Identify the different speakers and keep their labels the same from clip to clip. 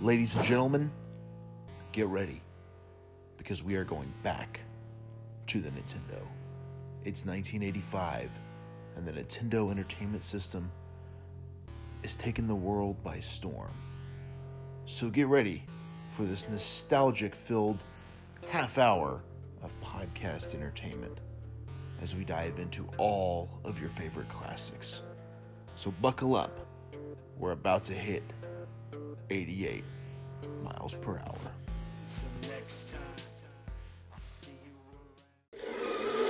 Speaker 1: Ladies and gentlemen, get ready because we are going back to the Nintendo. It's 1985, and the Nintendo Entertainment System is taking the world by storm. So get ready for this nostalgic filled half hour of podcast entertainment as we dive into all of your favorite classics. So buckle up. We're about to hit 88 miles per hour.
Speaker 2: Till next time, I'll see you around.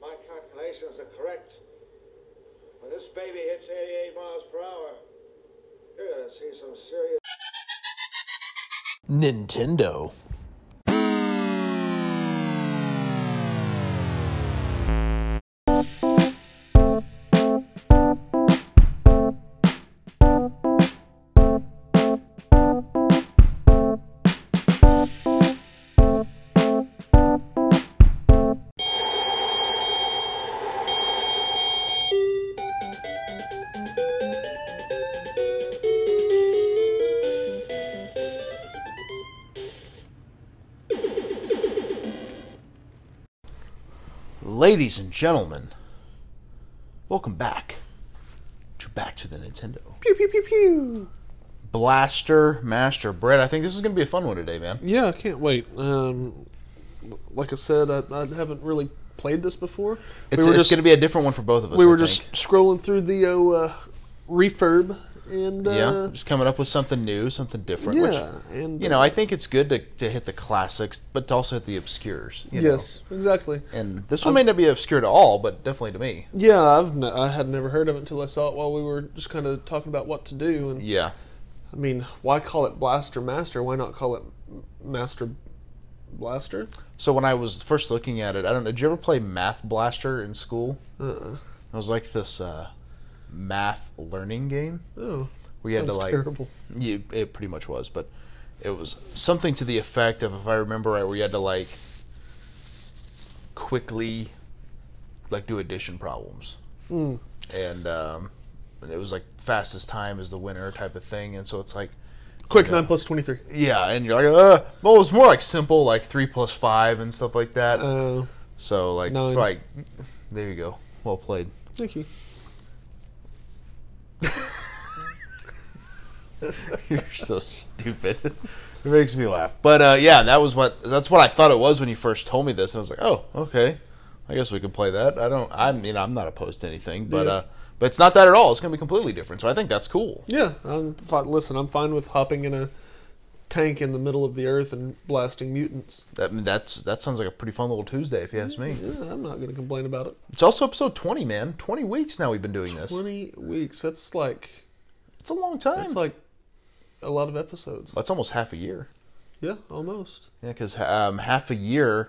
Speaker 3: My calculations are correct. When this baby hits 88 miles per hour, you're gonna see some serious.
Speaker 1: Nintendo. Ladies and gentlemen, welcome back to Back to the Nintendo. Pew pew pew pew. Blaster Master Brett, I think this is going to be a fun one today, man.
Speaker 4: Yeah, I can't wait. Um, like I said, I, I haven't really played this before.
Speaker 1: It's,
Speaker 4: we were
Speaker 1: it's
Speaker 4: just
Speaker 1: going to be a different one for both of us.
Speaker 4: we
Speaker 1: I
Speaker 4: were
Speaker 1: think.
Speaker 4: just scrolling through the oh, uh, refurb and uh,
Speaker 1: yeah, just coming up with something new, something different.
Speaker 4: yeah,
Speaker 1: which,
Speaker 4: and
Speaker 1: you know,
Speaker 4: uh,
Speaker 1: I think it's good to, to hit the classics, but to also hit the obscures. you know.
Speaker 4: yes, exactly.
Speaker 1: And this one may not be obscure to all, but definitely to me.
Speaker 4: Yeah, I've n- I had never heard of it until I saw it while we were just kind of talking about what to do. And
Speaker 1: Yeah.
Speaker 4: I mean, why call it Blaster Master? Why not call it M- Master Blaster?
Speaker 1: So when I was first looking at it, I don't know. Did you ever play Math Blaster in school?
Speaker 4: Uh-uh.
Speaker 1: It was like this uh, math learning game.
Speaker 4: Oh,
Speaker 1: We had to
Speaker 4: sounds
Speaker 1: like
Speaker 4: terrible.
Speaker 1: You, it pretty much was, but it was something to the effect of, if I remember right, where you had to like quickly like do addition problems, and um, and it was like fastest time is the winner type of thing, and so it's like
Speaker 4: Quick nine plus twenty three.
Speaker 1: yeah, and you're like uh, well, it was more like simple like three plus five and stuff like that.
Speaker 4: Uh,
Speaker 1: so like
Speaker 4: nine.
Speaker 1: like there you go, well played.
Speaker 4: thank you.
Speaker 1: You're so stupid. It makes me laugh. But uh, yeah, that was what that's what I thought it was when you first told me this, and I was like, oh, okay, I guess we can play that. I don't. I mean, I'm not opposed to anything, but
Speaker 4: Yeah.
Speaker 1: uh, but it's not that at all. It's going to be completely different. So I think that's cool.
Speaker 4: Yeah, I'm fi- listen. I'm fine with hopping in a tank in the middle of the earth and blasting mutants.
Speaker 1: That that's that sounds like a pretty fun little Tuesday, if you ask me.
Speaker 4: Yeah, I'm not going to complain about it.
Speaker 1: It's also episode 20, man. 20 weeks now we've been doing this.
Speaker 4: Twenty weeks. That's like
Speaker 1: It's a long time.
Speaker 4: that's like a lot of episodes.
Speaker 1: that's almost half a year.
Speaker 4: Yeah, almost
Speaker 1: Yeah, because um, half a year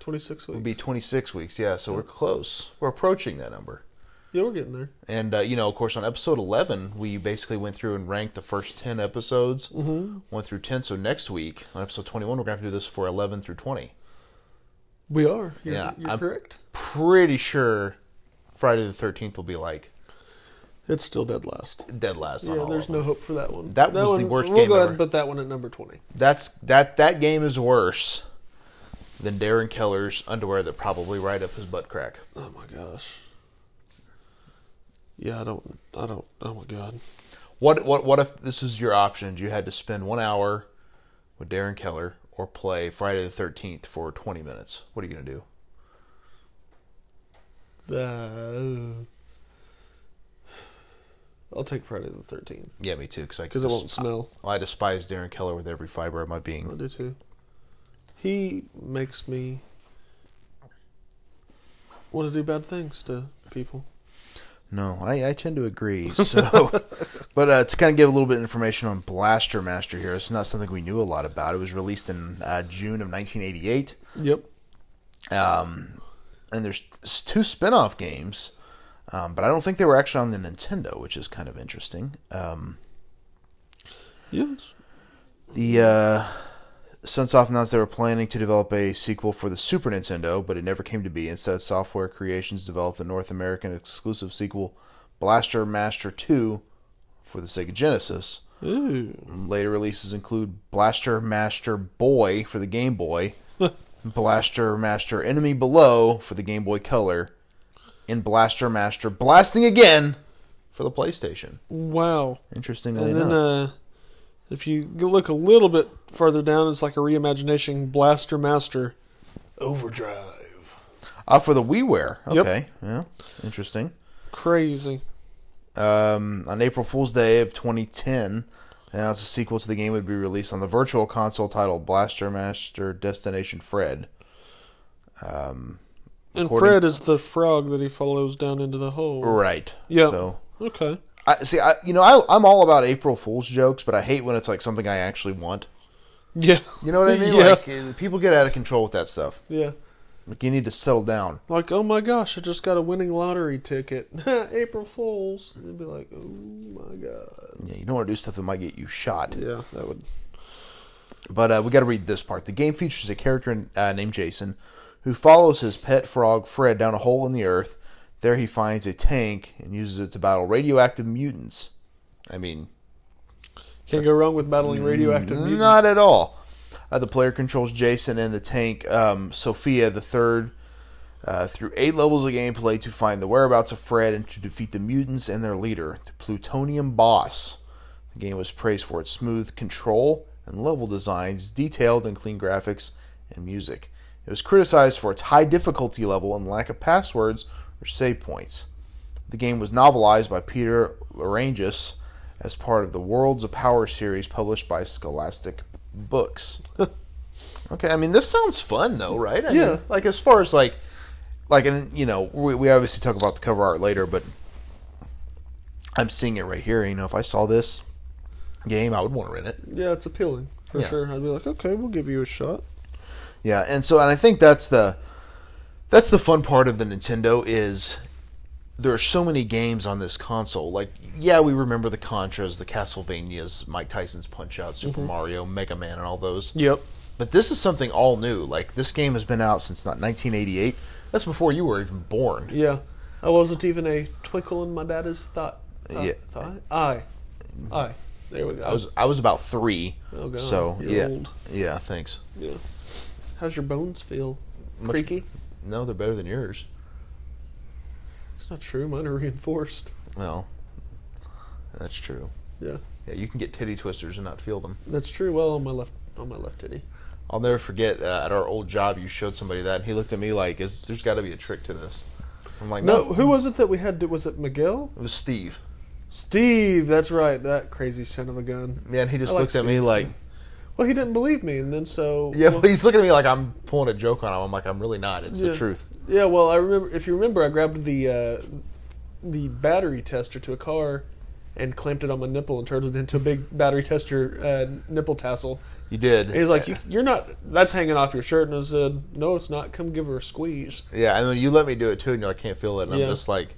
Speaker 4: twenty six weeks.
Speaker 1: would be 26 weeks. Yeah, so we're close. We're approaching that number.
Speaker 4: yeah, we're getting there.
Speaker 1: And uh, you know, of course, on episode eleven, we basically went through and ranked the first ten episodes, mm-hmm. one through ten. So next week on episode twenty-one, we're gonna have to do this for eleven through twenty.
Speaker 4: We are. You're,
Speaker 1: Yeah,
Speaker 4: you're
Speaker 1: I'm-
Speaker 4: correct.
Speaker 1: Pretty sure Friday the thirteenth will be like
Speaker 4: It's still dead last.
Speaker 1: dead last. on
Speaker 4: Yeah,
Speaker 1: all of
Speaker 4: there's
Speaker 1: them.
Speaker 4: no hope for that one.
Speaker 1: That was the
Speaker 4: one-
Speaker 1: worst
Speaker 4: we'll
Speaker 1: game
Speaker 4: go ahead
Speaker 1: ever.
Speaker 4: and put that one at number twenty.
Speaker 1: That's that that game is worse than Darren Keller's underwear that probably right up his butt crack.
Speaker 4: Oh my gosh. Yeah, I don't. I don't. Oh my god.
Speaker 1: What what what if this is your options? You had to spend one hour with Darren Keller or play Friday the thirteenth for twenty minutes. What are you gonna do?
Speaker 4: Uh, I'll take Friday the Thirteenth
Speaker 1: Yeah, me too. Because
Speaker 4: because it won't smell.
Speaker 1: Well, I despise Darren Keller with every fiber of my
Speaker 4: I
Speaker 1: being.
Speaker 4: do too. He makes me want to do bad things to people.
Speaker 1: No, I, I tend to agree. So, but uh, to kind of give a little bit of information on Blaster Master here, it's not something we knew a lot about. It was released in uh, June of 1988,
Speaker 4: Yep.
Speaker 1: um, and there's s- two spin-off games, um, but I don't think they were actually on the Nintendo, which is kind of interesting. Um,
Speaker 4: Yes.
Speaker 1: The uh, Sunsoft announced they were planning to develop a sequel for the Super Nintendo, but it never came to be. Instead, Software Creations developed a North American exclusive sequel, Blaster Master 2 for the Sega Genesis.
Speaker 4: Ooh.
Speaker 1: Later releases include Blaster Master Boy for the Game Boy, Blaster Master Enemy Below for the Game Boy Color, and Blaster Master Blasting Again for the PlayStation.
Speaker 4: Wow.
Speaker 1: Interestingly
Speaker 4: And
Speaker 1: enough.
Speaker 4: then uh, if you g- look a little bit further down, it's like a reimagination Blaster Master Overdrive.
Speaker 1: Ah, for the WiiWare.
Speaker 4: Yep.
Speaker 1: Okay. Yeah. Interesting.
Speaker 4: Crazy.
Speaker 1: Um, on April Fool's Day of 2010, they announced a sequel to the game would be released on the virtual console titled Blaster Master Destination Fred.
Speaker 4: And
Speaker 1: According-
Speaker 4: Fred is the frog that he follows down into the hole.
Speaker 1: Right.
Speaker 4: Yep.
Speaker 1: So,
Speaker 4: Okay.
Speaker 1: I see. I you know I I'm all about April Fool's jokes, but I hate when it's like something I actually want.
Speaker 4: Yeah.
Speaker 1: You know what I mean?
Speaker 4: Yeah.
Speaker 1: Like uh, people get out of control with that stuff.
Speaker 4: Yeah.
Speaker 1: Like you need to settle down.
Speaker 4: Like, oh my gosh, I just got a winning lottery ticket. April Fools. They'd be like, oh my god.
Speaker 1: Yeah, you don't want to do stuff that might get you shot.
Speaker 4: Yeah, that would.
Speaker 1: But uh, we got to read this part. The game features a character uh, named Jason who follows his pet frog Fred down a hole in the earth. There he finds a tank and uses it to battle radioactive mutants. I mean,
Speaker 4: Can't go wrong with battling radioactive mutants.
Speaker 1: Mm, not at all. Uh, the player controls Jason and the tank um, Sophia the Third uh, through eight levels of gameplay to find the whereabouts of Fred and to defeat the mutants and their leader, the Plutonium Boss. The game was praised for its smooth control and level designs, detailed and clean graphics, and music. It was criticized for its high difficulty level and lack of passwords or save points. The game was novelized by Peter Larangis as part of the Worlds of Power series published by Scholastic Books. okay, I mean this sounds fun though, right? I
Speaker 4: Yeah.
Speaker 1: Mean, like as far as like, like and you know we, we obviously talk about the cover art later, but I'm seeing it right here. You know, if I saw this game, I would want to rent it.
Speaker 4: Yeah, it's appealing for
Speaker 1: Yeah.
Speaker 4: sure. I'd be like, okay, we'll give you a shot.
Speaker 1: Yeah, and so and I think that's the that's the fun part of the Nintendo is there are so many games on this console. Like, yeah, we remember the Contras, the Castlevanias, Mike Tyson's Punch Out, Super Mario, Mega Man, and all those.
Speaker 4: Yep.
Speaker 1: But this is something all new. Like, this game has been out since not 1988. That's before you were even born.
Speaker 4: Yeah. I wasn't even a twinkle in my daddy's thought. thought
Speaker 1: Yeah.
Speaker 4: Thought? Eye. Eye. There we go.
Speaker 1: I was I was about three.
Speaker 4: Oh, God.
Speaker 1: So
Speaker 4: You're
Speaker 1: yeah,
Speaker 4: old.
Speaker 1: yeah. Thanks.
Speaker 4: Yeah. How's your bones feel?
Speaker 1: Much-
Speaker 4: Creaky?
Speaker 1: No, they're better than yours.
Speaker 4: It's not true. Mine are reinforced.
Speaker 1: Well, that's true.
Speaker 4: Yeah.
Speaker 1: Yeah, you can get titty twisters and not feel them.
Speaker 4: That's true. Well, on my left, on my left titty.
Speaker 1: I'll never forget uh, at our old job, you showed somebody that, and he looked at me like, "Is there's got to be a trick to this?" I'm like,
Speaker 4: No,
Speaker 1: "No."
Speaker 4: who was it that we had? To, was it Miguel?
Speaker 1: It was Steve.
Speaker 4: Steve. That's right. That crazy son of a gun.
Speaker 1: Yeah, and he just
Speaker 4: I like
Speaker 1: looked at me
Speaker 4: Steve.
Speaker 1: like,
Speaker 4: Well, he didn't believe me, and then so
Speaker 1: "Yeah."
Speaker 4: well,
Speaker 1: Well, he's looking at me like I'm pulling a joke on him. I'm like, "I'm really not. It's
Speaker 4: Yeah.
Speaker 1: the truth."
Speaker 4: yeah. Well, I remember if you remember, I grabbed the uh, the battery tester to a car and clamped it on my nipple and turned it into a big battery tester uh, nipple tassel.
Speaker 1: You did.
Speaker 4: And he's like, "You- "You're not. That's hanging off your shirt." And I said, "No, it's not. Come give her a squeeze."
Speaker 1: "Yeah." And then you let me do it too, and you're like, "I can't feel it." And
Speaker 4: Yeah.
Speaker 1: I'm just like,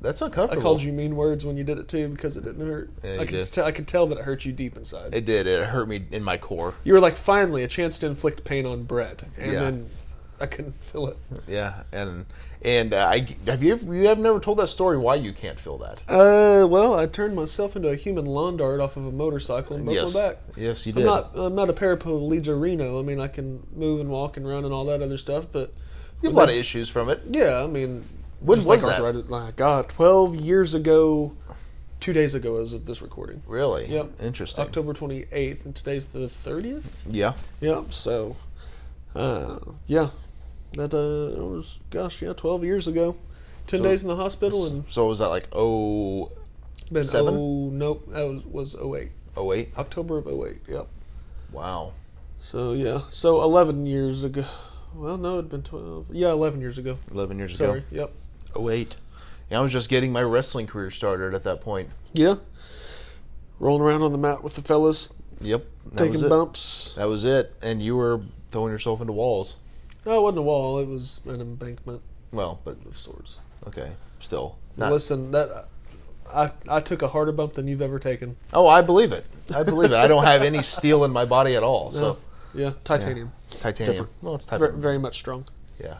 Speaker 1: "That's
Speaker 4: I
Speaker 1: uncomfortable."
Speaker 4: called you mean words when you did it too because it didn't hurt.
Speaker 1: Yeah,
Speaker 4: I
Speaker 1: you
Speaker 4: could
Speaker 1: did.
Speaker 4: tell- I could tell that it hurt you deep inside.
Speaker 1: It did. It hurt me in my core.
Speaker 4: you were like, finally, a chance to inflict pain on Brett, and
Speaker 1: Yeah.
Speaker 4: then I couldn't feel it.
Speaker 1: Yeah, and and uh, I have you ever, you have never told that story why you can't feel that.
Speaker 4: Uh, well, I turned myself into a human lawn dart off of a motorcycle and broke
Speaker 1: yes,
Speaker 4: my back.
Speaker 1: yes, you
Speaker 4: I'm
Speaker 1: did.
Speaker 4: not, I'm not a paraplegia I mean, I can move and walk and run and all that other stuff, but
Speaker 1: you have a lot of issues from it.
Speaker 4: yeah, I mean,
Speaker 1: When
Speaker 4: just
Speaker 1: was
Speaker 4: like
Speaker 1: that?
Speaker 4: arthritis- My God, twelve years ago, two days ago as of this recording.
Speaker 1: Really?
Speaker 4: Yep.
Speaker 1: Interesting.
Speaker 4: October 28th, and today's the 30th.
Speaker 1: Yeah.
Speaker 4: Yep. So, uh, yeah, that uh, it was gosh, yeah, 12 years ago. 10
Speaker 1: So-
Speaker 4: days in the hospital and
Speaker 1: So was that like oh
Speaker 4: been
Speaker 1: seven?
Speaker 4: oh nope, that was, was 08.
Speaker 1: oh eight?
Speaker 4: October of 08. Yep.
Speaker 1: Wow.
Speaker 4: So yeah, so 11 years ago. Well, no, it'd been 12. Yeah, 11 years ago.
Speaker 1: 11 years
Speaker 4: Sorry.
Speaker 1: ago.
Speaker 4: Yep.
Speaker 1: Oh, eight. Yeah, I was just getting my wrestling career started at that point.
Speaker 4: Yeah. Rolling around on the mat with the fellas,
Speaker 1: Yep. That was
Speaker 4: taking
Speaker 1: it.
Speaker 4: bumps.
Speaker 1: That was it. And you were throwing yourself into walls.
Speaker 4: No, it wasn't a wall. It was an embankment
Speaker 1: Well, but
Speaker 4: of sorts.
Speaker 1: okay. Still. Not,
Speaker 4: Listen, that I I took a harder bump than you've ever taken.
Speaker 1: oh, I believe it. I believe it. I don't have any steel in my body at all. So
Speaker 4: Yeah, titanium.
Speaker 1: titanium.
Speaker 4: Different.
Speaker 1: Well, it's
Speaker 4: Ver-
Speaker 1: titanium.
Speaker 4: very much strong.
Speaker 1: yeah.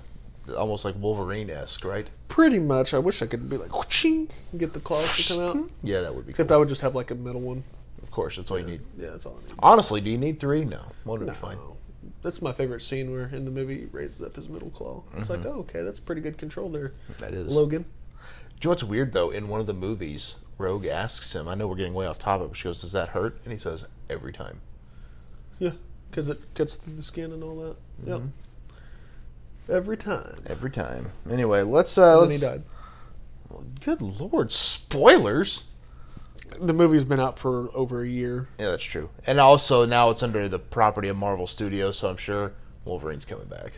Speaker 1: almost like Wolverine esque, right?
Speaker 4: Pretty much. I wish I could be like, ching, get the claws to come out.
Speaker 1: Yeah, that would be.
Speaker 4: Except
Speaker 1: cool.
Speaker 4: I would just have like a metal one.
Speaker 1: Of course, that's all you need.
Speaker 4: Yeah, that's all I need.
Speaker 1: Honestly, do you need three? No, one would be fine.
Speaker 4: No. That's my favorite scene where in the movie he raises up his middle claw. It's like, oh, okay, that's pretty good control there,
Speaker 1: That is.
Speaker 4: Logan.
Speaker 1: Do you know what's weird though? In one of the movies, Rogue asks him. I know we're getting way off topic, but she goes, "Does that hurt?" And he says, "Every time."
Speaker 4: Yeah, because it cuts through the skin and all that. Yep. Every time.
Speaker 1: Every time. Anyway, let's. Uh,
Speaker 4: Then
Speaker 1: let's
Speaker 4: he died.
Speaker 1: Good lord, spoilers.
Speaker 4: The movie's been out for over a year.
Speaker 1: Yeah, that's true. And also now it's under the property of Marvel Studios, so I'm sure Wolverine's coming back.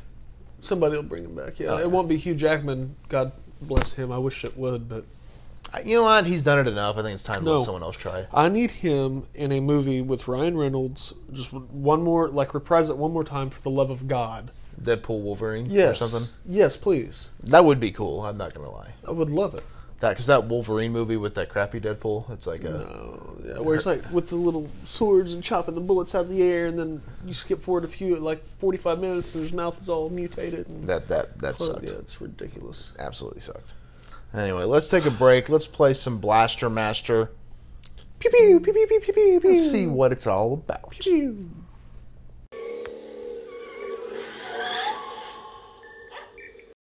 Speaker 4: Somebody will bring him back. Yeah,
Speaker 1: Oh, yeah.
Speaker 4: it won't be Hugh Jackman. God bless him. I wish it would, but
Speaker 1: I, you know what? He's done it enough. I think it's time to
Speaker 4: No.
Speaker 1: let someone else try.
Speaker 4: I need him in a movie with Ryan Reynolds. Just one more, like reprise it one more time for the love of God.
Speaker 1: Deadpool Wolverine
Speaker 4: Yes.
Speaker 1: or something.
Speaker 4: Yes, please.
Speaker 1: That would be cool. I'm not gonna lie.
Speaker 4: I would love it.
Speaker 1: That because that Wolverine movie with that crappy Deadpool, it's like a
Speaker 4: Oh, yeah, where it's like with the little swords and chopping the bullets out of the air, and then you skip forward a few like forty-five minutes, and his mouth is all mutated. And
Speaker 1: that that that sucked.
Speaker 4: Yeah, it's ridiculous.
Speaker 1: Absolutely sucked. Anyway, let's take a break. Let's play some Blaster Master
Speaker 4: Pew pew pew pew pew pew pew.
Speaker 1: and see what it's all about.
Speaker 4: pew.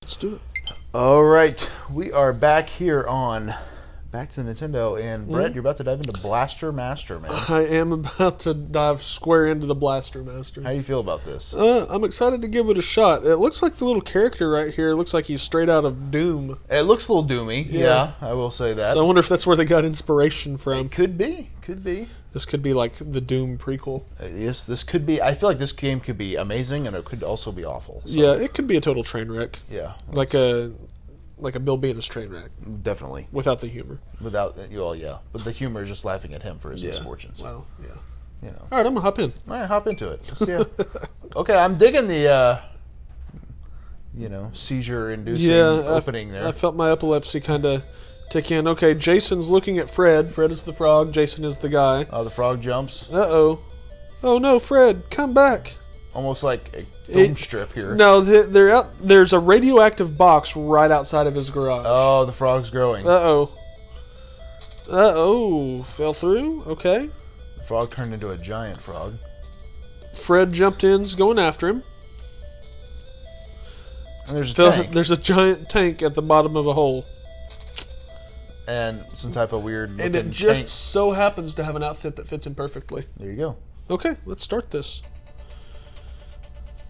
Speaker 4: Let's do it.
Speaker 1: All right, we are back here on Back to Nintendo, and Brett, you're about to dive into Blaster Master, man.
Speaker 4: I am about to dive square into the blaster
Speaker 1: How
Speaker 4: master.
Speaker 1: do you feel about this?
Speaker 4: Uh, I'm excited to give it a shot. It looks like the little character right here looks like he's straight out of Doom.
Speaker 1: It looks a little doomy.
Speaker 4: Yeah.
Speaker 1: Yeah, I will say that.
Speaker 4: So I wonder if that's where they got inspiration from.
Speaker 1: it could be, could be.
Speaker 4: This could be like the Doom prequel.
Speaker 1: Uh, Yes, this could be. I feel like this game could be amazing, and it could also be awful. So,
Speaker 4: Yeah, it could be a total train wreck,
Speaker 1: yeah,
Speaker 4: like a like a Bill Venus train wreck
Speaker 1: definitely.
Speaker 4: without the humor.
Speaker 1: Without well, yeah, but the humor is just laughing at him for his misfortunes.
Speaker 4: Wow. Yeah.
Speaker 1: You know.
Speaker 4: All right, I'm gonna hop in.
Speaker 1: All right, hop into it. Let's see how- okay, I'm digging the, uh, you know, seizure-inducing
Speaker 4: I-
Speaker 1: opening there.
Speaker 4: I felt my epilepsy kind of tick in. Okay, Jason's looking at Fred. Fred is the frog. Jason is the guy.
Speaker 1: uh, the frog jumps,
Speaker 4: Uh oh. Oh no, Fred, come back.
Speaker 1: almost like a film
Speaker 4: It-
Speaker 1: strip here.
Speaker 4: No, th- they're out. There's a radioactive box right outside of his garage. Uh
Speaker 1: Oh, the frog's growing.
Speaker 4: oh. Uh oh, fell through. Okay.
Speaker 1: the frog turned into a giant frog.
Speaker 4: Fred jumped in's going after him.
Speaker 1: And there's a
Speaker 4: Phil,
Speaker 1: tank
Speaker 4: there's a giant tank at the bottom of a hole,
Speaker 1: and some type of weird
Speaker 4: and
Speaker 1: looking
Speaker 4: it just
Speaker 1: tank.
Speaker 4: so happens to have an outfit that fits him perfectly.
Speaker 1: There you go.
Speaker 4: Okay, let's start this.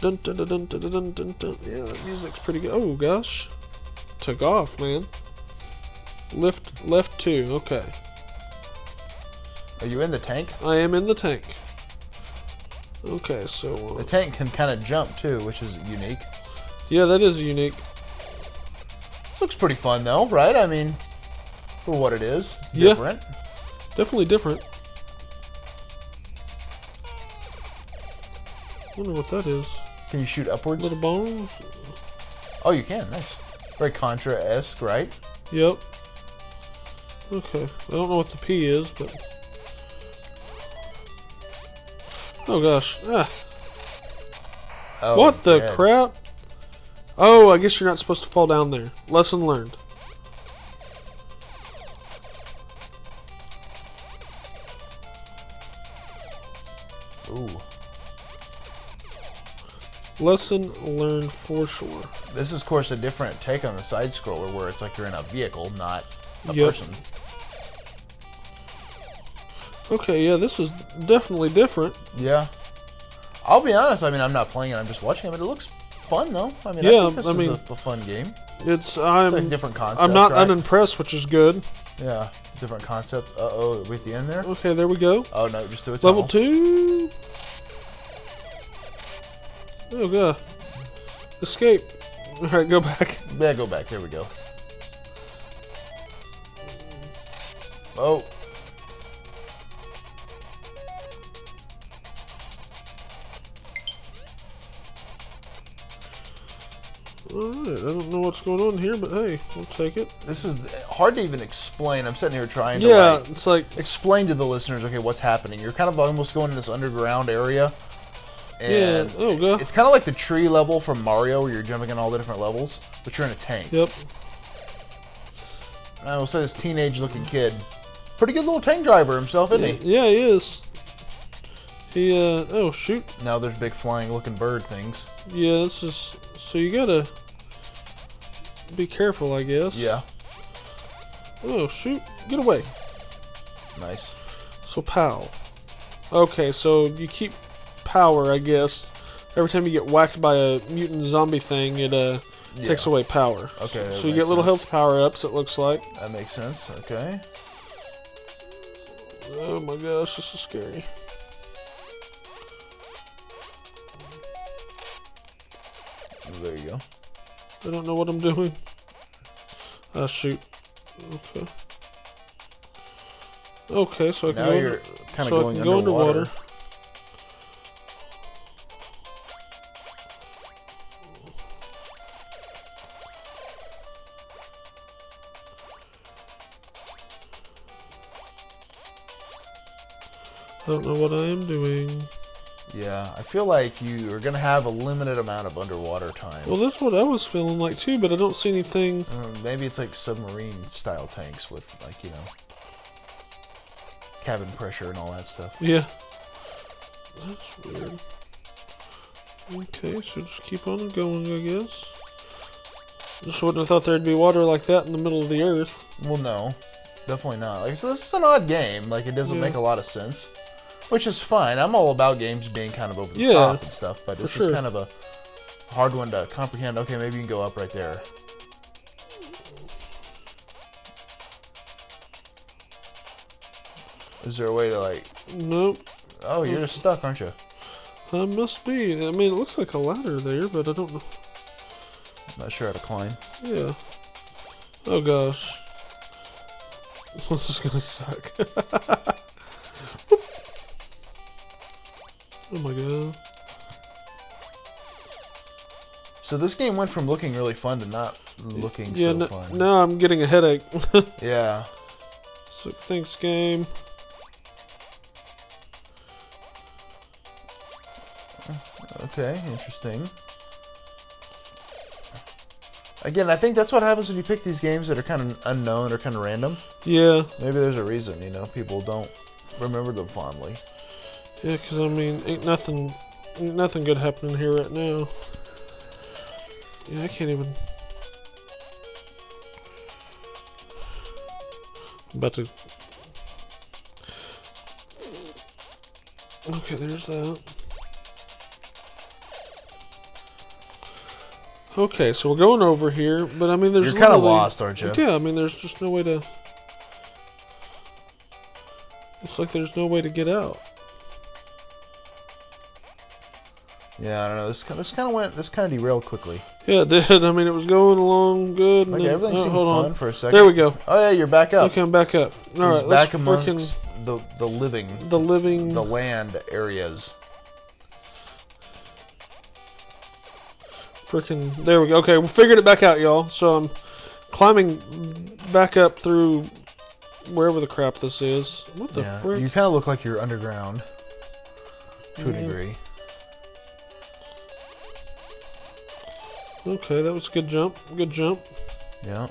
Speaker 4: Dun, dun, dun, dun, dun, dun, dun, dun. Yeah, that music's pretty good. Oh gosh, took off, man. Left, left two. Okay,
Speaker 1: Are you in the tank?
Speaker 4: I am in the tank. Okay, so uh,
Speaker 1: The tank can kind of jump too, which is unique.
Speaker 4: yeah, that is unique.
Speaker 1: This looks pretty fun though, right? I mean, for what it is, it's
Speaker 4: Yeah.
Speaker 1: different.
Speaker 4: Definitely different. Wonder what that is.
Speaker 1: Can you shoot upwards?
Speaker 4: Little bones.
Speaker 1: Oh, you can. Nice. Very Contra-esque, right?
Speaker 4: Yep. Okay. I don't know what the P is, but. Oh gosh. Ah,
Speaker 1: Oh,
Speaker 4: what the
Speaker 1: yeah.
Speaker 4: crap? Oh, I guess you're not supposed to fall down there. Lesson learned.
Speaker 1: Ooh,
Speaker 4: Lesson learned for sure.
Speaker 1: this is, of course, a different take on the side scroller, where it's like you're in a vehicle, not a
Speaker 4: Yep.
Speaker 1: person.
Speaker 4: Okay, yeah, this is definitely different.
Speaker 1: Yeah. I'll be honest. I mean, I'm not playing it. I'm just watching it, but it looks fun, though. I mean,
Speaker 4: Yeah,
Speaker 1: I think this
Speaker 4: I
Speaker 1: is
Speaker 4: mean-
Speaker 1: a, a fun game.
Speaker 4: It's I'm
Speaker 1: like different
Speaker 4: I'm
Speaker 1: concepts,
Speaker 4: not
Speaker 1: right?
Speaker 4: unimpressed, which is good.
Speaker 1: Yeah, different concept. Uh oh, with the end there.
Speaker 4: Okay, there we go.
Speaker 1: Oh no, just do it.
Speaker 4: Level two. Oh god. Escape. All right, go back.
Speaker 1: Yeah, go back. There we go. Oh.
Speaker 4: Alright, I don't know what's going on here, but hey, we'll take it.
Speaker 1: This is hard to even explain. I'm sitting here trying to
Speaker 4: yeah,
Speaker 1: like,
Speaker 4: it's like
Speaker 1: explain to the listeners, okay, what's happening. You're kind of almost going to this underground area, And
Speaker 4: Yeah, oh, God.
Speaker 1: It's kind of like the tree level from Mario, where you're jumping in all the different levels, but you're in a tank.
Speaker 4: Yep.
Speaker 1: And I will say this teenage-looking kid, pretty good little tank driver himself, isn't he?
Speaker 4: Yeah, he is. He uh oh shoot.
Speaker 1: Now there's big flying-looking bird things.
Speaker 4: Yeah, this is so you gotta be careful, I guess.
Speaker 1: Yeah,
Speaker 4: Oh shoot. Get away.
Speaker 1: nice.
Speaker 4: So pow. Okay, so you keep power, I guess. Every time you get whacked by a mutant zombie thing, it uh
Speaker 1: Yeah.
Speaker 4: takes away power.
Speaker 1: Okay, that
Speaker 4: So you
Speaker 1: makes
Speaker 4: get little
Speaker 1: sense.
Speaker 4: health power ups. It looks like.
Speaker 1: That makes sense. Okay.
Speaker 4: Oh my gosh, this is scary.
Speaker 1: There you go.
Speaker 4: I don't know what I'm doing. Ah, shoot. Okay. Okay, so I can
Speaker 1: Now
Speaker 4: go,
Speaker 1: you're kind of
Speaker 4: so I
Speaker 1: going
Speaker 4: can go
Speaker 1: underwater.
Speaker 4: underwater. I don't know what I am doing.
Speaker 1: Yeah, I feel like you are gonna have a limited amount of underwater time.
Speaker 4: Well, that's what I was feeling like too, but I don't see anything.
Speaker 1: Um, maybe it's like submarine-style tanks with like you know cabin pressure and all that stuff.
Speaker 4: Yeah. That's weird. Okay, so just keep on going, I guess. Just wouldn't have thought there'd be water like that in the middle of the earth.
Speaker 1: Well, no, definitely not. Like, so this is an odd game. Like, it doesn't
Speaker 4: Yeah.
Speaker 1: make a lot of sense, which is fine. I'm all about games being kind of over the
Speaker 4: Yeah,
Speaker 1: top and stuff, but this
Speaker 4: sure.
Speaker 1: is kind of a hard one to comprehend. Okay, maybe you can go up right there. Is there a way to like?
Speaker 4: Nope,
Speaker 1: Oh, you're just stuck, aren't you?
Speaker 4: I must be. I mean, it looks like a ladder there, but I don't know.
Speaker 1: I'm not sure how to climb.
Speaker 4: Yeah. Oh gosh. This is gonna suck. oh my god.
Speaker 1: So this game went from looking really fun to not looking
Speaker 4: yeah,
Speaker 1: so
Speaker 4: n-
Speaker 1: fun.
Speaker 4: now I'm getting a headache.
Speaker 1: Yeah.
Speaker 4: So thanks, game.
Speaker 1: Okay, interesting. Again, I think that's what happens when you pick these games that are kind of unknown or kind of random.
Speaker 4: Yeah.
Speaker 1: Maybe there's a reason, you know, people don't remember them fondly.
Speaker 4: Yeah, 'cause I mean, ain't nothing, ain't nothing good happening here right now. Yeah, I can't even. About to. Okay, there's that. Okay, so we're going over here, but I mean, there's
Speaker 1: You're kinda
Speaker 4: literally-
Speaker 1: lost, aren't you?
Speaker 4: Yeah, I mean, there's just no way to. It's like there's no way to get out.
Speaker 1: Yeah, I don't know. This kind, this kind of went. This kind of derailed quickly.
Speaker 4: Yeah, it did. I mean, it was going along good. and
Speaker 1: Like
Speaker 4: then-
Speaker 1: everything
Speaker 4: oh,
Speaker 1: seemed
Speaker 4: hold
Speaker 1: fun
Speaker 4: on.
Speaker 1: for a second.
Speaker 4: There we go.
Speaker 1: Oh yeah, you're back up.
Speaker 4: Okay, I'm back up. All
Speaker 1: He's
Speaker 4: right, let's
Speaker 1: back
Speaker 4: freaking
Speaker 1: amongst the the living,
Speaker 4: the living.
Speaker 1: the land areas.
Speaker 4: freaking. There we go. Okay, we figured it back out, y'all. So I'm climbing back up through wherever the crap this is. What the
Speaker 1: yeah,
Speaker 4: frick?
Speaker 1: you kind of look like you're underground to a
Speaker 4: Yeah.
Speaker 1: degree.
Speaker 4: Okay, that was a good jump. Good jump.
Speaker 1: Yeah.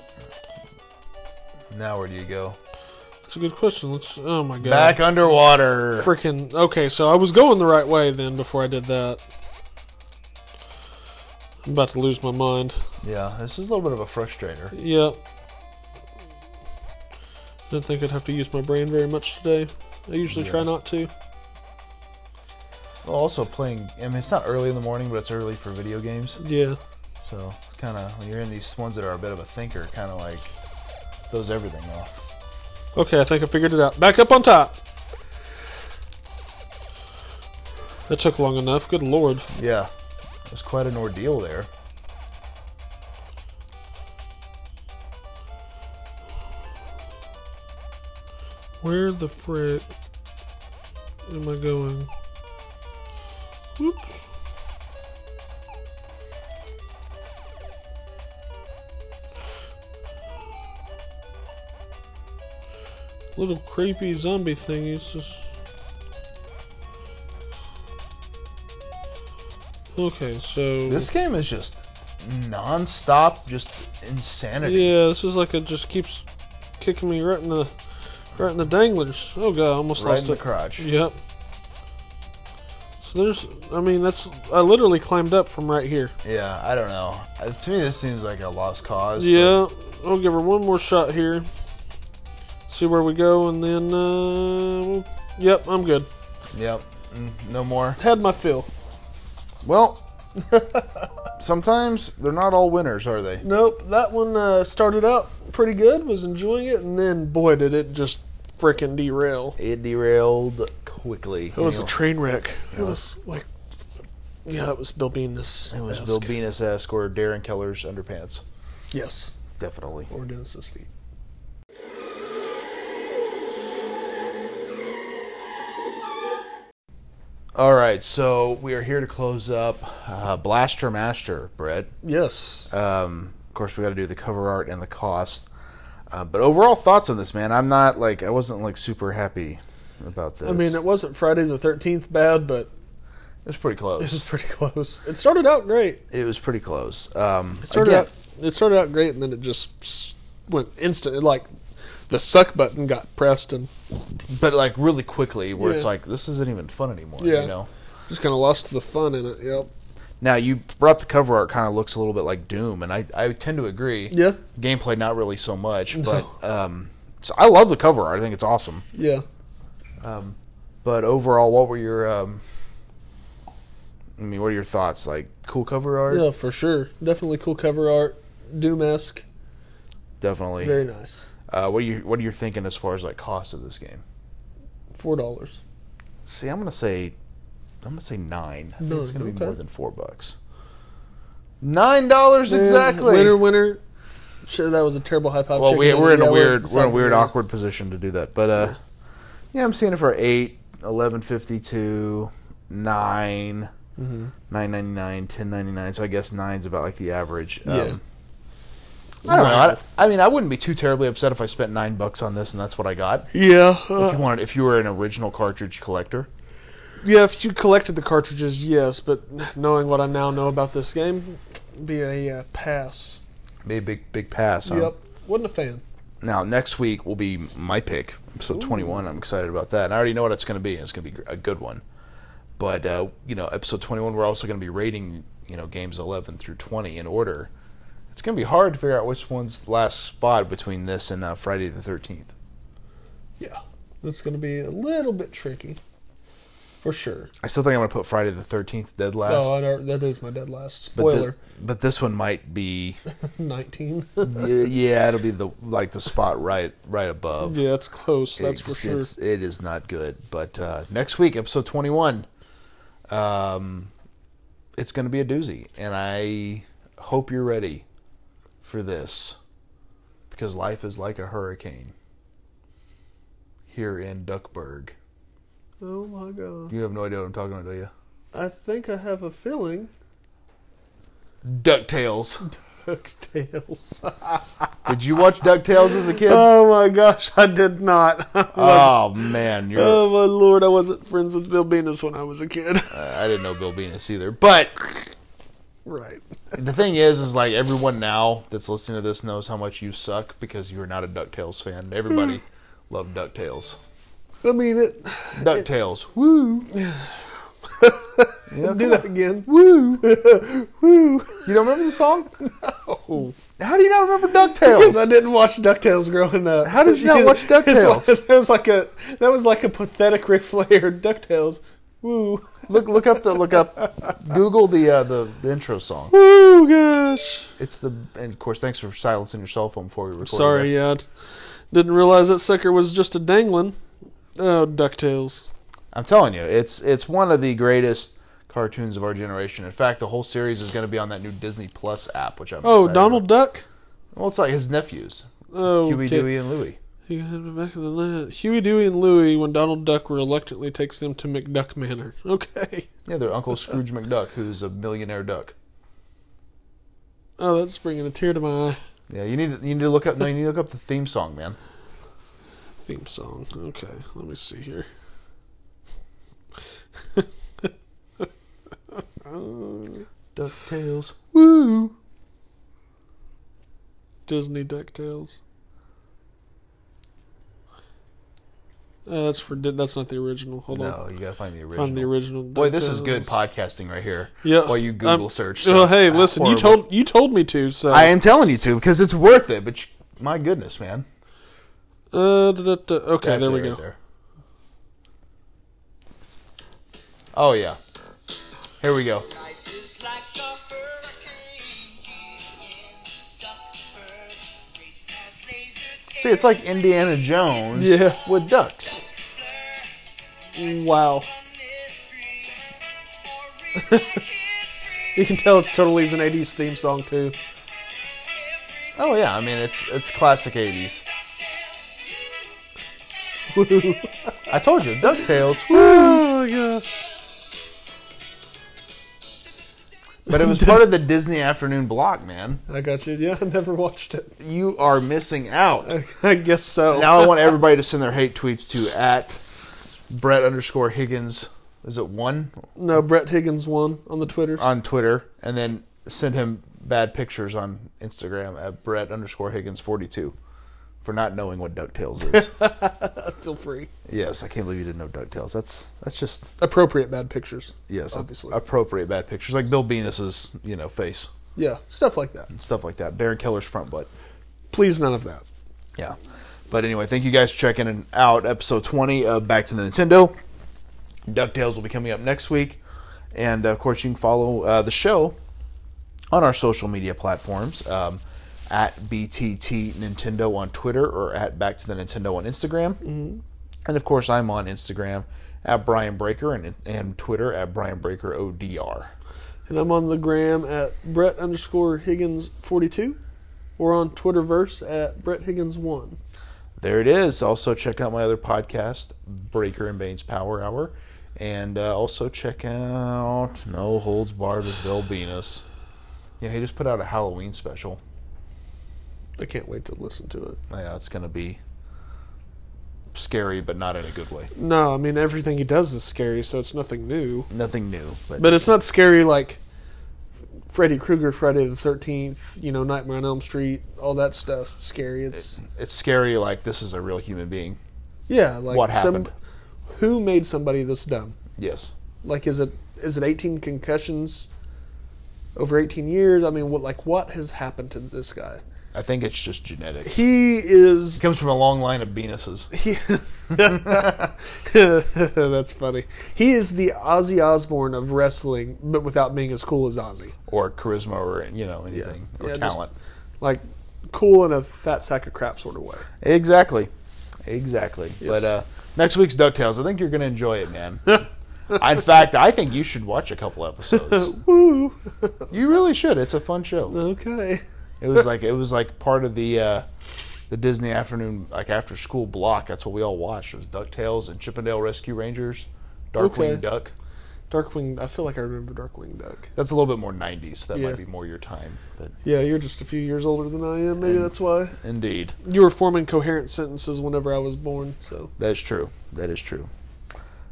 Speaker 1: Now where do you go?
Speaker 4: That's a good question. Let's. Oh my god.
Speaker 1: Back underwater.
Speaker 4: Freaking. Okay, so I was going the right way then before I did that. I'm about to lose my mind.
Speaker 1: Yeah, this is a little bit of a frustrator.
Speaker 4: Yep. Didn't think I'd have to use my brain very much today. I usually try not to.
Speaker 1: Well, also playing. I mean, it's not early in the morning, but it's early for video games.
Speaker 4: Yeah.
Speaker 1: So kind of when you're in these ones that are a bit of a thinker, kind of like throws everything off.
Speaker 4: Okay, I think I figured it out. Back up on top. That took long enough. Good lord.
Speaker 1: Yeah, it was quite an ordeal there.
Speaker 4: Where the frick am I going? Whoops. Little creepy zombie thing is just. Okay, so
Speaker 1: This game is just nonstop, just insanity.
Speaker 4: yeah, this is like it just keeps kicking me right in the right in the danglers. Oh god, I almost
Speaker 1: Right
Speaker 4: lost
Speaker 1: in the
Speaker 4: it.
Speaker 1: crotch.
Speaker 4: Yep. So there's, I mean, that's I literally climbed up from right here.
Speaker 1: Yeah, I don't know. Uh, To me, this seems like a lost cause. but
Speaker 4: Yeah, I'll give her one more shot here. See where we go, and then uh, we'll- yep, I'm good.
Speaker 1: Yep. mm, No more.
Speaker 4: Had my fill.
Speaker 1: Well, sometimes they're not all winners, are they?
Speaker 4: Nope, that one uh, started out pretty good, was enjoying it, and then boy, did it just freaking derail.
Speaker 1: It derailed quickly.
Speaker 4: It was a train wreck. It was like, yeah, it was Bill Bean's.
Speaker 1: It was Bill Venus esque or Darren Keller's underpants.
Speaker 4: Yes,
Speaker 1: Definitely.
Speaker 4: or Dennis's feet.
Speaker 1: All right, so we are here to close up uh, Blaster Master, Brett.
Speaker 4: Yes,
Speaker 1: Um, of course, we got to do the cover art and the cost. Uh, but overall thoughts on this, man? I'm not like I wasn't like super happy about this.
Speaker 4: I mean it wasn't Friday the Thirteenth bad, but
Speaker 1: was pretty
Speaker 4: it was
Speaker 1: close.
Speaker 4: pretty close. It started out great.
Speaker 1: It was pretty close. Um,
Speaker 4: It started
Speaker 1: again,
Speaker 4: out it started out great, and then it just s- went instant. It, like the suck button got pressed, and
Speaker 1: but like really quickly, where it's
Speaker 4: Yeah.
Speaker 1: like this isn't even fun anymore.
Speaker 4: Yeah.
Speaker 1: You know.
Speaker 4: just kind of lost the fun in it. Yep.
Speaker 1: Now you brought up the cover art, kind of looks a little bit like Doom, and I, I tend to agree.
Speaker 4: Yeah.
Speaker 1: Gameplay not really so much, but um, so I love the cover art. I think it's awesome. Um,
Speaker 4: Yeah.
Speaker 1: But overall, what were your um, I mean, what are your thoughts? Like cool cover art,
Speaker 4: Yeah, for sure. Definitely cool cover art. Doom esque.
Speaker 1: definitely.
Speaker 4: Very nice.
Speaker 1: Uh, what are you what are you thinking as far as like cost of this game?
Speaker 4: Four dollars.
Speaker 1: See, I'm gonna say, I'm gonna say nine. I think it's
Speaker 4: Nine,
Speaker 1: gonna be
Speaker 4: okay.
Speaker 1: more than four bucks. Nine dollars exactly.
Speaker 4: Winner, winner. Sure, that was a terrible high pop.
Speaker 1: well,
Speaker 4: chicken
Speaker 1: we,
Speaker 4: dinner.
Speaker 1: we're in
Speaker 4: Yeah,
Speaker 1: a weird, we're in a
Speaker 4: exactly
Speaker 1: weird,
Speaker 4: there.
Speaker 1: awkward position to do that. But uh, yeah. I'm seeing it for eight, eleven fifty two, nine,
Speaker 4: Mm-hmm.
Speaker 1: nine ninety nine, ten ninety nine. So I guess nine's about like the average. um,
Speaker 4: Yeah.
Speaker 1: I don't know. I, I mean, I wouldn't be too terribly upset if I spent nine bucks on this and that's what I got.
Speaker 4: Yeah. uh,
Speaker 1: If you wanted, if you were an original cartridge collector,
Speaker 4: yeah, if you collected the cartridges, yes, but knowing what I now know about this game, be a uh, pass.
Speaker 1: be a big, big pass. huh?
Speaker 4: Yep. Wasn't a fan.
Speaker 1: Now next week will be my pick, episode twenty one. I'm excited about that. And I already know what it's going to be. and It's going to be a good one. But uh, you know, episode twenty one, we're also going to be rating you know games eleven through twenty in order. It's going to be hard to figure out which one's last spot between this and uh, Friday the thirteenth.
Speaker 4: Yeah. It's going to be a little bit tricky. For sure.
Speaker 1: I still think I'm going to put Friday the thirteenth dead last.
Speaker 4: Oh, I don't- that is my dead last.
Speaker 1: but thi-
Speaker 4: Spoiler.
Speaker 1: but this one might be
Speaker 4: 19.
Speaker 1: y- yeah, it'll be the like the spot right right above.
Speaker 4: yeah, it's close. That's for
Speaker 1: It's-
Speaker 4: sure.
Speaker 1: it's- it is not good. But uh, next week, episode 21, um, it's going to be a doozy. And I hope you're ready for this because life is like a hurricane here in Duckburg.
Speaker 4: Oh my god.
Speaker 1: You have no idea what I'm talking about, do you?
Speaker 4: I think I have a feeling.
Speaker 1: DuckTales.
Speaker 4: DuckTales.
Speaker 1: Did you watch DuckTales as a kid?
Speaker 4: oh my gosh, I did not.
Speaker 1: oh, man. You're,
Speaker 4: oh my lord, I wasn't friends with Bill Venus when I was a kid.
Speaker 1: I didn't know Bill Venus either. But
Speaker 4: right.
Speaker 1: the thing is, is like everyone now that's listening to this knows how much you suck because you are not a Ducktales fan. Everybody
Speaker 4: Hmm.
Speaker 1: loved Ducktales.
Speaker 4: I mean, it.
Speaker 1: Ducktales, woo!
Speaker 4: do that again.
Speaker 1: Woo! woo! You don't remember the song? No. How do you not remember
Speaker 4: Because I
Speaker 1: Ducktales?
Speaker 4: didn't watch Ducktales growing up.
Speaker 1: How did you not watch DuckTales?
Speaker 4: It's like- that was like a that was like a pathetic Ric Flair Ducktales. Woo.
Speaker 1: Look, look up the look up. Google the uh, the, the intro song.
Speaker 4: Woo gosh.
Speaker 1: It's the and of course, thanks for silencing your cell phone before we recorded.
Speaker 4: Sorry,
Speaker 1: that.
Speaker 4: yeah, I d- didn't realize that sucker was just a dangling. Oh, Ducktales.
Speaker 1: I'm telling you, it's it's one of the greatest cartoons of our generation. In fact, the whole series is going to be on that new Disney Plus app, which I'm excited
Speaker 4: Oh,
Speaker 1: about.
Speaker 4: Donald Duck.
Speaker 1: Well, it's like his nephews,
Speaker 4: Oh,
Speaker 1: Huey,
Speaker 4: okay.
Speaker 1: Dewey, and Louie.
Speaker 4: You had me back in the land. Huey, Dewey, and Louie when Donald Duck reluctantly takes them to McDuck Manor. Okay.
Speaker 1: Yeah, their Uncle Scrooge
Speaker 4: Uh,
Speaker 1: McDuck, who's a millionaire duck.
Speaker 4: Oh, that's bringing a tear to my eye.
Speaker 1: Yeah, you need to, you need to look up. No, you need to look up the theme song, man.
Speaker 4: Theme song. Okay, let me see here.
Speaker 1: DuckTales. Woo!
Speaker 4: Disney DuckTales. Uh, that's for that's not the original. Hold
Speaker 1: No,
Speaker 4: on,
Speaker 1: you gotta find the original.
Speaker 4: find the original.
Speaker 1: Boy, this is good
Speaker 4: DuckTales.
Speaker 1: podcasting right here.
Speaker 4: Yeah.
Speaker 1: While you Google
Speaker 4: Um,
Speaker 1: search.
Speaker 4: Well,
Speaker 1: stuff.
Speaker 4: hey,
Speaker 1: Ah,
Speaker 4: listen, you
Speaker 1: horrible.
Speaker 4: told you told me to. So
Speaker 1: I am telling you to because it's worth it. But you, my goodness, man.
Speaker 4: Uh, da, da, da. Okay,
Speaker 1: That's
Speaker 4: there
Speaker 1: it
Speaker 4: we
Speaker 1: right
Speaker 4: go.
Speaker 1: there. Oh yeah. Here we go.
Speaker 5: It's like a hurricane. Duckbird, race as lasers.
Speaker 1: See, it's like Indiana Jones
Speaker 4: Yeah.
Speaker 1: with ducks.
Speaker 4: Wow, you can tell it's totally an '80s theme song too.
Speaker 1: Oh yeah, I mean it's it's classic '80s. I told you, Ducktales.
Speaker 4: Oh yes.
Speaker 1: But it was part of the Disney afternoon block, man.
Speaker 4: I got you. Yeah, I never watched it.
Speaker 1: You are missing out.
Speaker 4: I guess so.
Speaker 1: Now I want everybody to send their hate tweets to at Brett underscore Higgins. Is it one
Speaker 4: no, Brett Higgins won on the Twitter.
Speaker 1: on Twitter, and then send him bad pictures on Instagram at Brett underscore Higgins forty two for not knowing what Ducktales is.
Speaker 4: Feel free.
Speaker 1: yes, I can't believe you didn't know Ducktales. That's that's just
Speaker 4: Appropriate bad pictures.
Speaker 1: yes,
Speaker 4: Obviously.
Speaker 1: appropriate bad pictures like Bill Venus's you know face.
Speaker 4: Yeah, stuff like that.
Speaker 1: stuff like that. Darren Keller's front butt.
Speaker 4: Please, none of that.
Speaker 1: Yeah. But anyway, thank you guys for checking it out episode 20 of Back to the Nintendo. DuckTales will be coming up next week. And of course, you can follow uh, the show on our social media platforms um, at BTT Nintendo on Twitter or at Back to the Nintendo on Instagram. And of course, I'm on Instagram at Brian Breaker and, and Twitter at Brian Breaker ODR.
Speaker 4: And I'm on the gram at Brett underscore Higgins forty two, or on Twitterverse at Brett Higgins one.
Speaker 1: there it is. Also, check out my other podcast, Breaker and Bane's Power Hour. And uh, also, check out No Holds Barred with Bill Venus. Yeah, he just put out a Halloween special.
Speaker 4: I can't wait to listen to it.
Speaker 1: Yeah, it's going to be scary, but not in a good way.
Speaker 4: No, I mean everything he does is scary, so it's nothing new.
Speaker 1: Nothing new. But,
Speaker 4: But it's not scary like Freddy Krueger, Friday the Thirteenth, you know, Nightmare on Elm Street, all that stuff. Scary. It's
Speaker 1: it's scary like this is a real human being.
Speaker 4: yeah, like
Speaker 1: What
Speaker 4: some-
Speaker 1: happened?
Speaker 4: who made somebody this dumb?
Speaker 1: Yes.
Speaker 4: Like, is it is it eighteen concussions over eighteen years? I mean, what like what has happened to this guy?
Speaker 1: I think it's just genetics.
Speaker 4: He is.
Speaker 1: It comes from a long line of Venuses.
Speaker 4: He, that's funny. He is the Ozzy Osbourne of wrestling, but without being as cool as Ozzy.
Speaker 1: Or charisma or, you know, anything. Or
Speaker 4: Yeah, just-
Speaker 1: talent.
Speaker 4: like cool in a fat sack of crap sort of way.
Speaker 1: Exactly. Exactly.
Speaker 4: Yes.
Speaker 1: But uh, next week's DuckTales, I think you're going to enjoy it, man. I- In fact, I think you should watch a couple episodes.
Speaker 4: Woo.
Speaker 1: you really should. It's a fun show.
Speaker 4: okay.
Speaker 1: It was like it was like part of the uh, the Disney afternoon like after school block. That's what we all watched. It was DuckTales and Chippendale Rescue Rangers, Darkwing
Speaker 4: Okay.
Speaker 1: Duck.
Speaker 4: Darkwing. I feel like I remember Darkwing Duck.
Speaker 1: That's a little bit more 90s. That
Speaker 4: Yeah.
Speaker 1: might be more your time. But
Speaker 4: Yeah, you're just a few years older than I am. Maybe that's why
Speaker 1: indeed,
Speaker 4: you were forming coherent sentences whenever I was born. So
Speaker 1: that is true. That is true.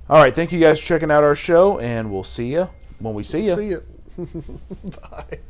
Speaker 1: All right, thank you guys for checking out our show and we'll see you when we see you.
Speaker 4: see ya. Bye.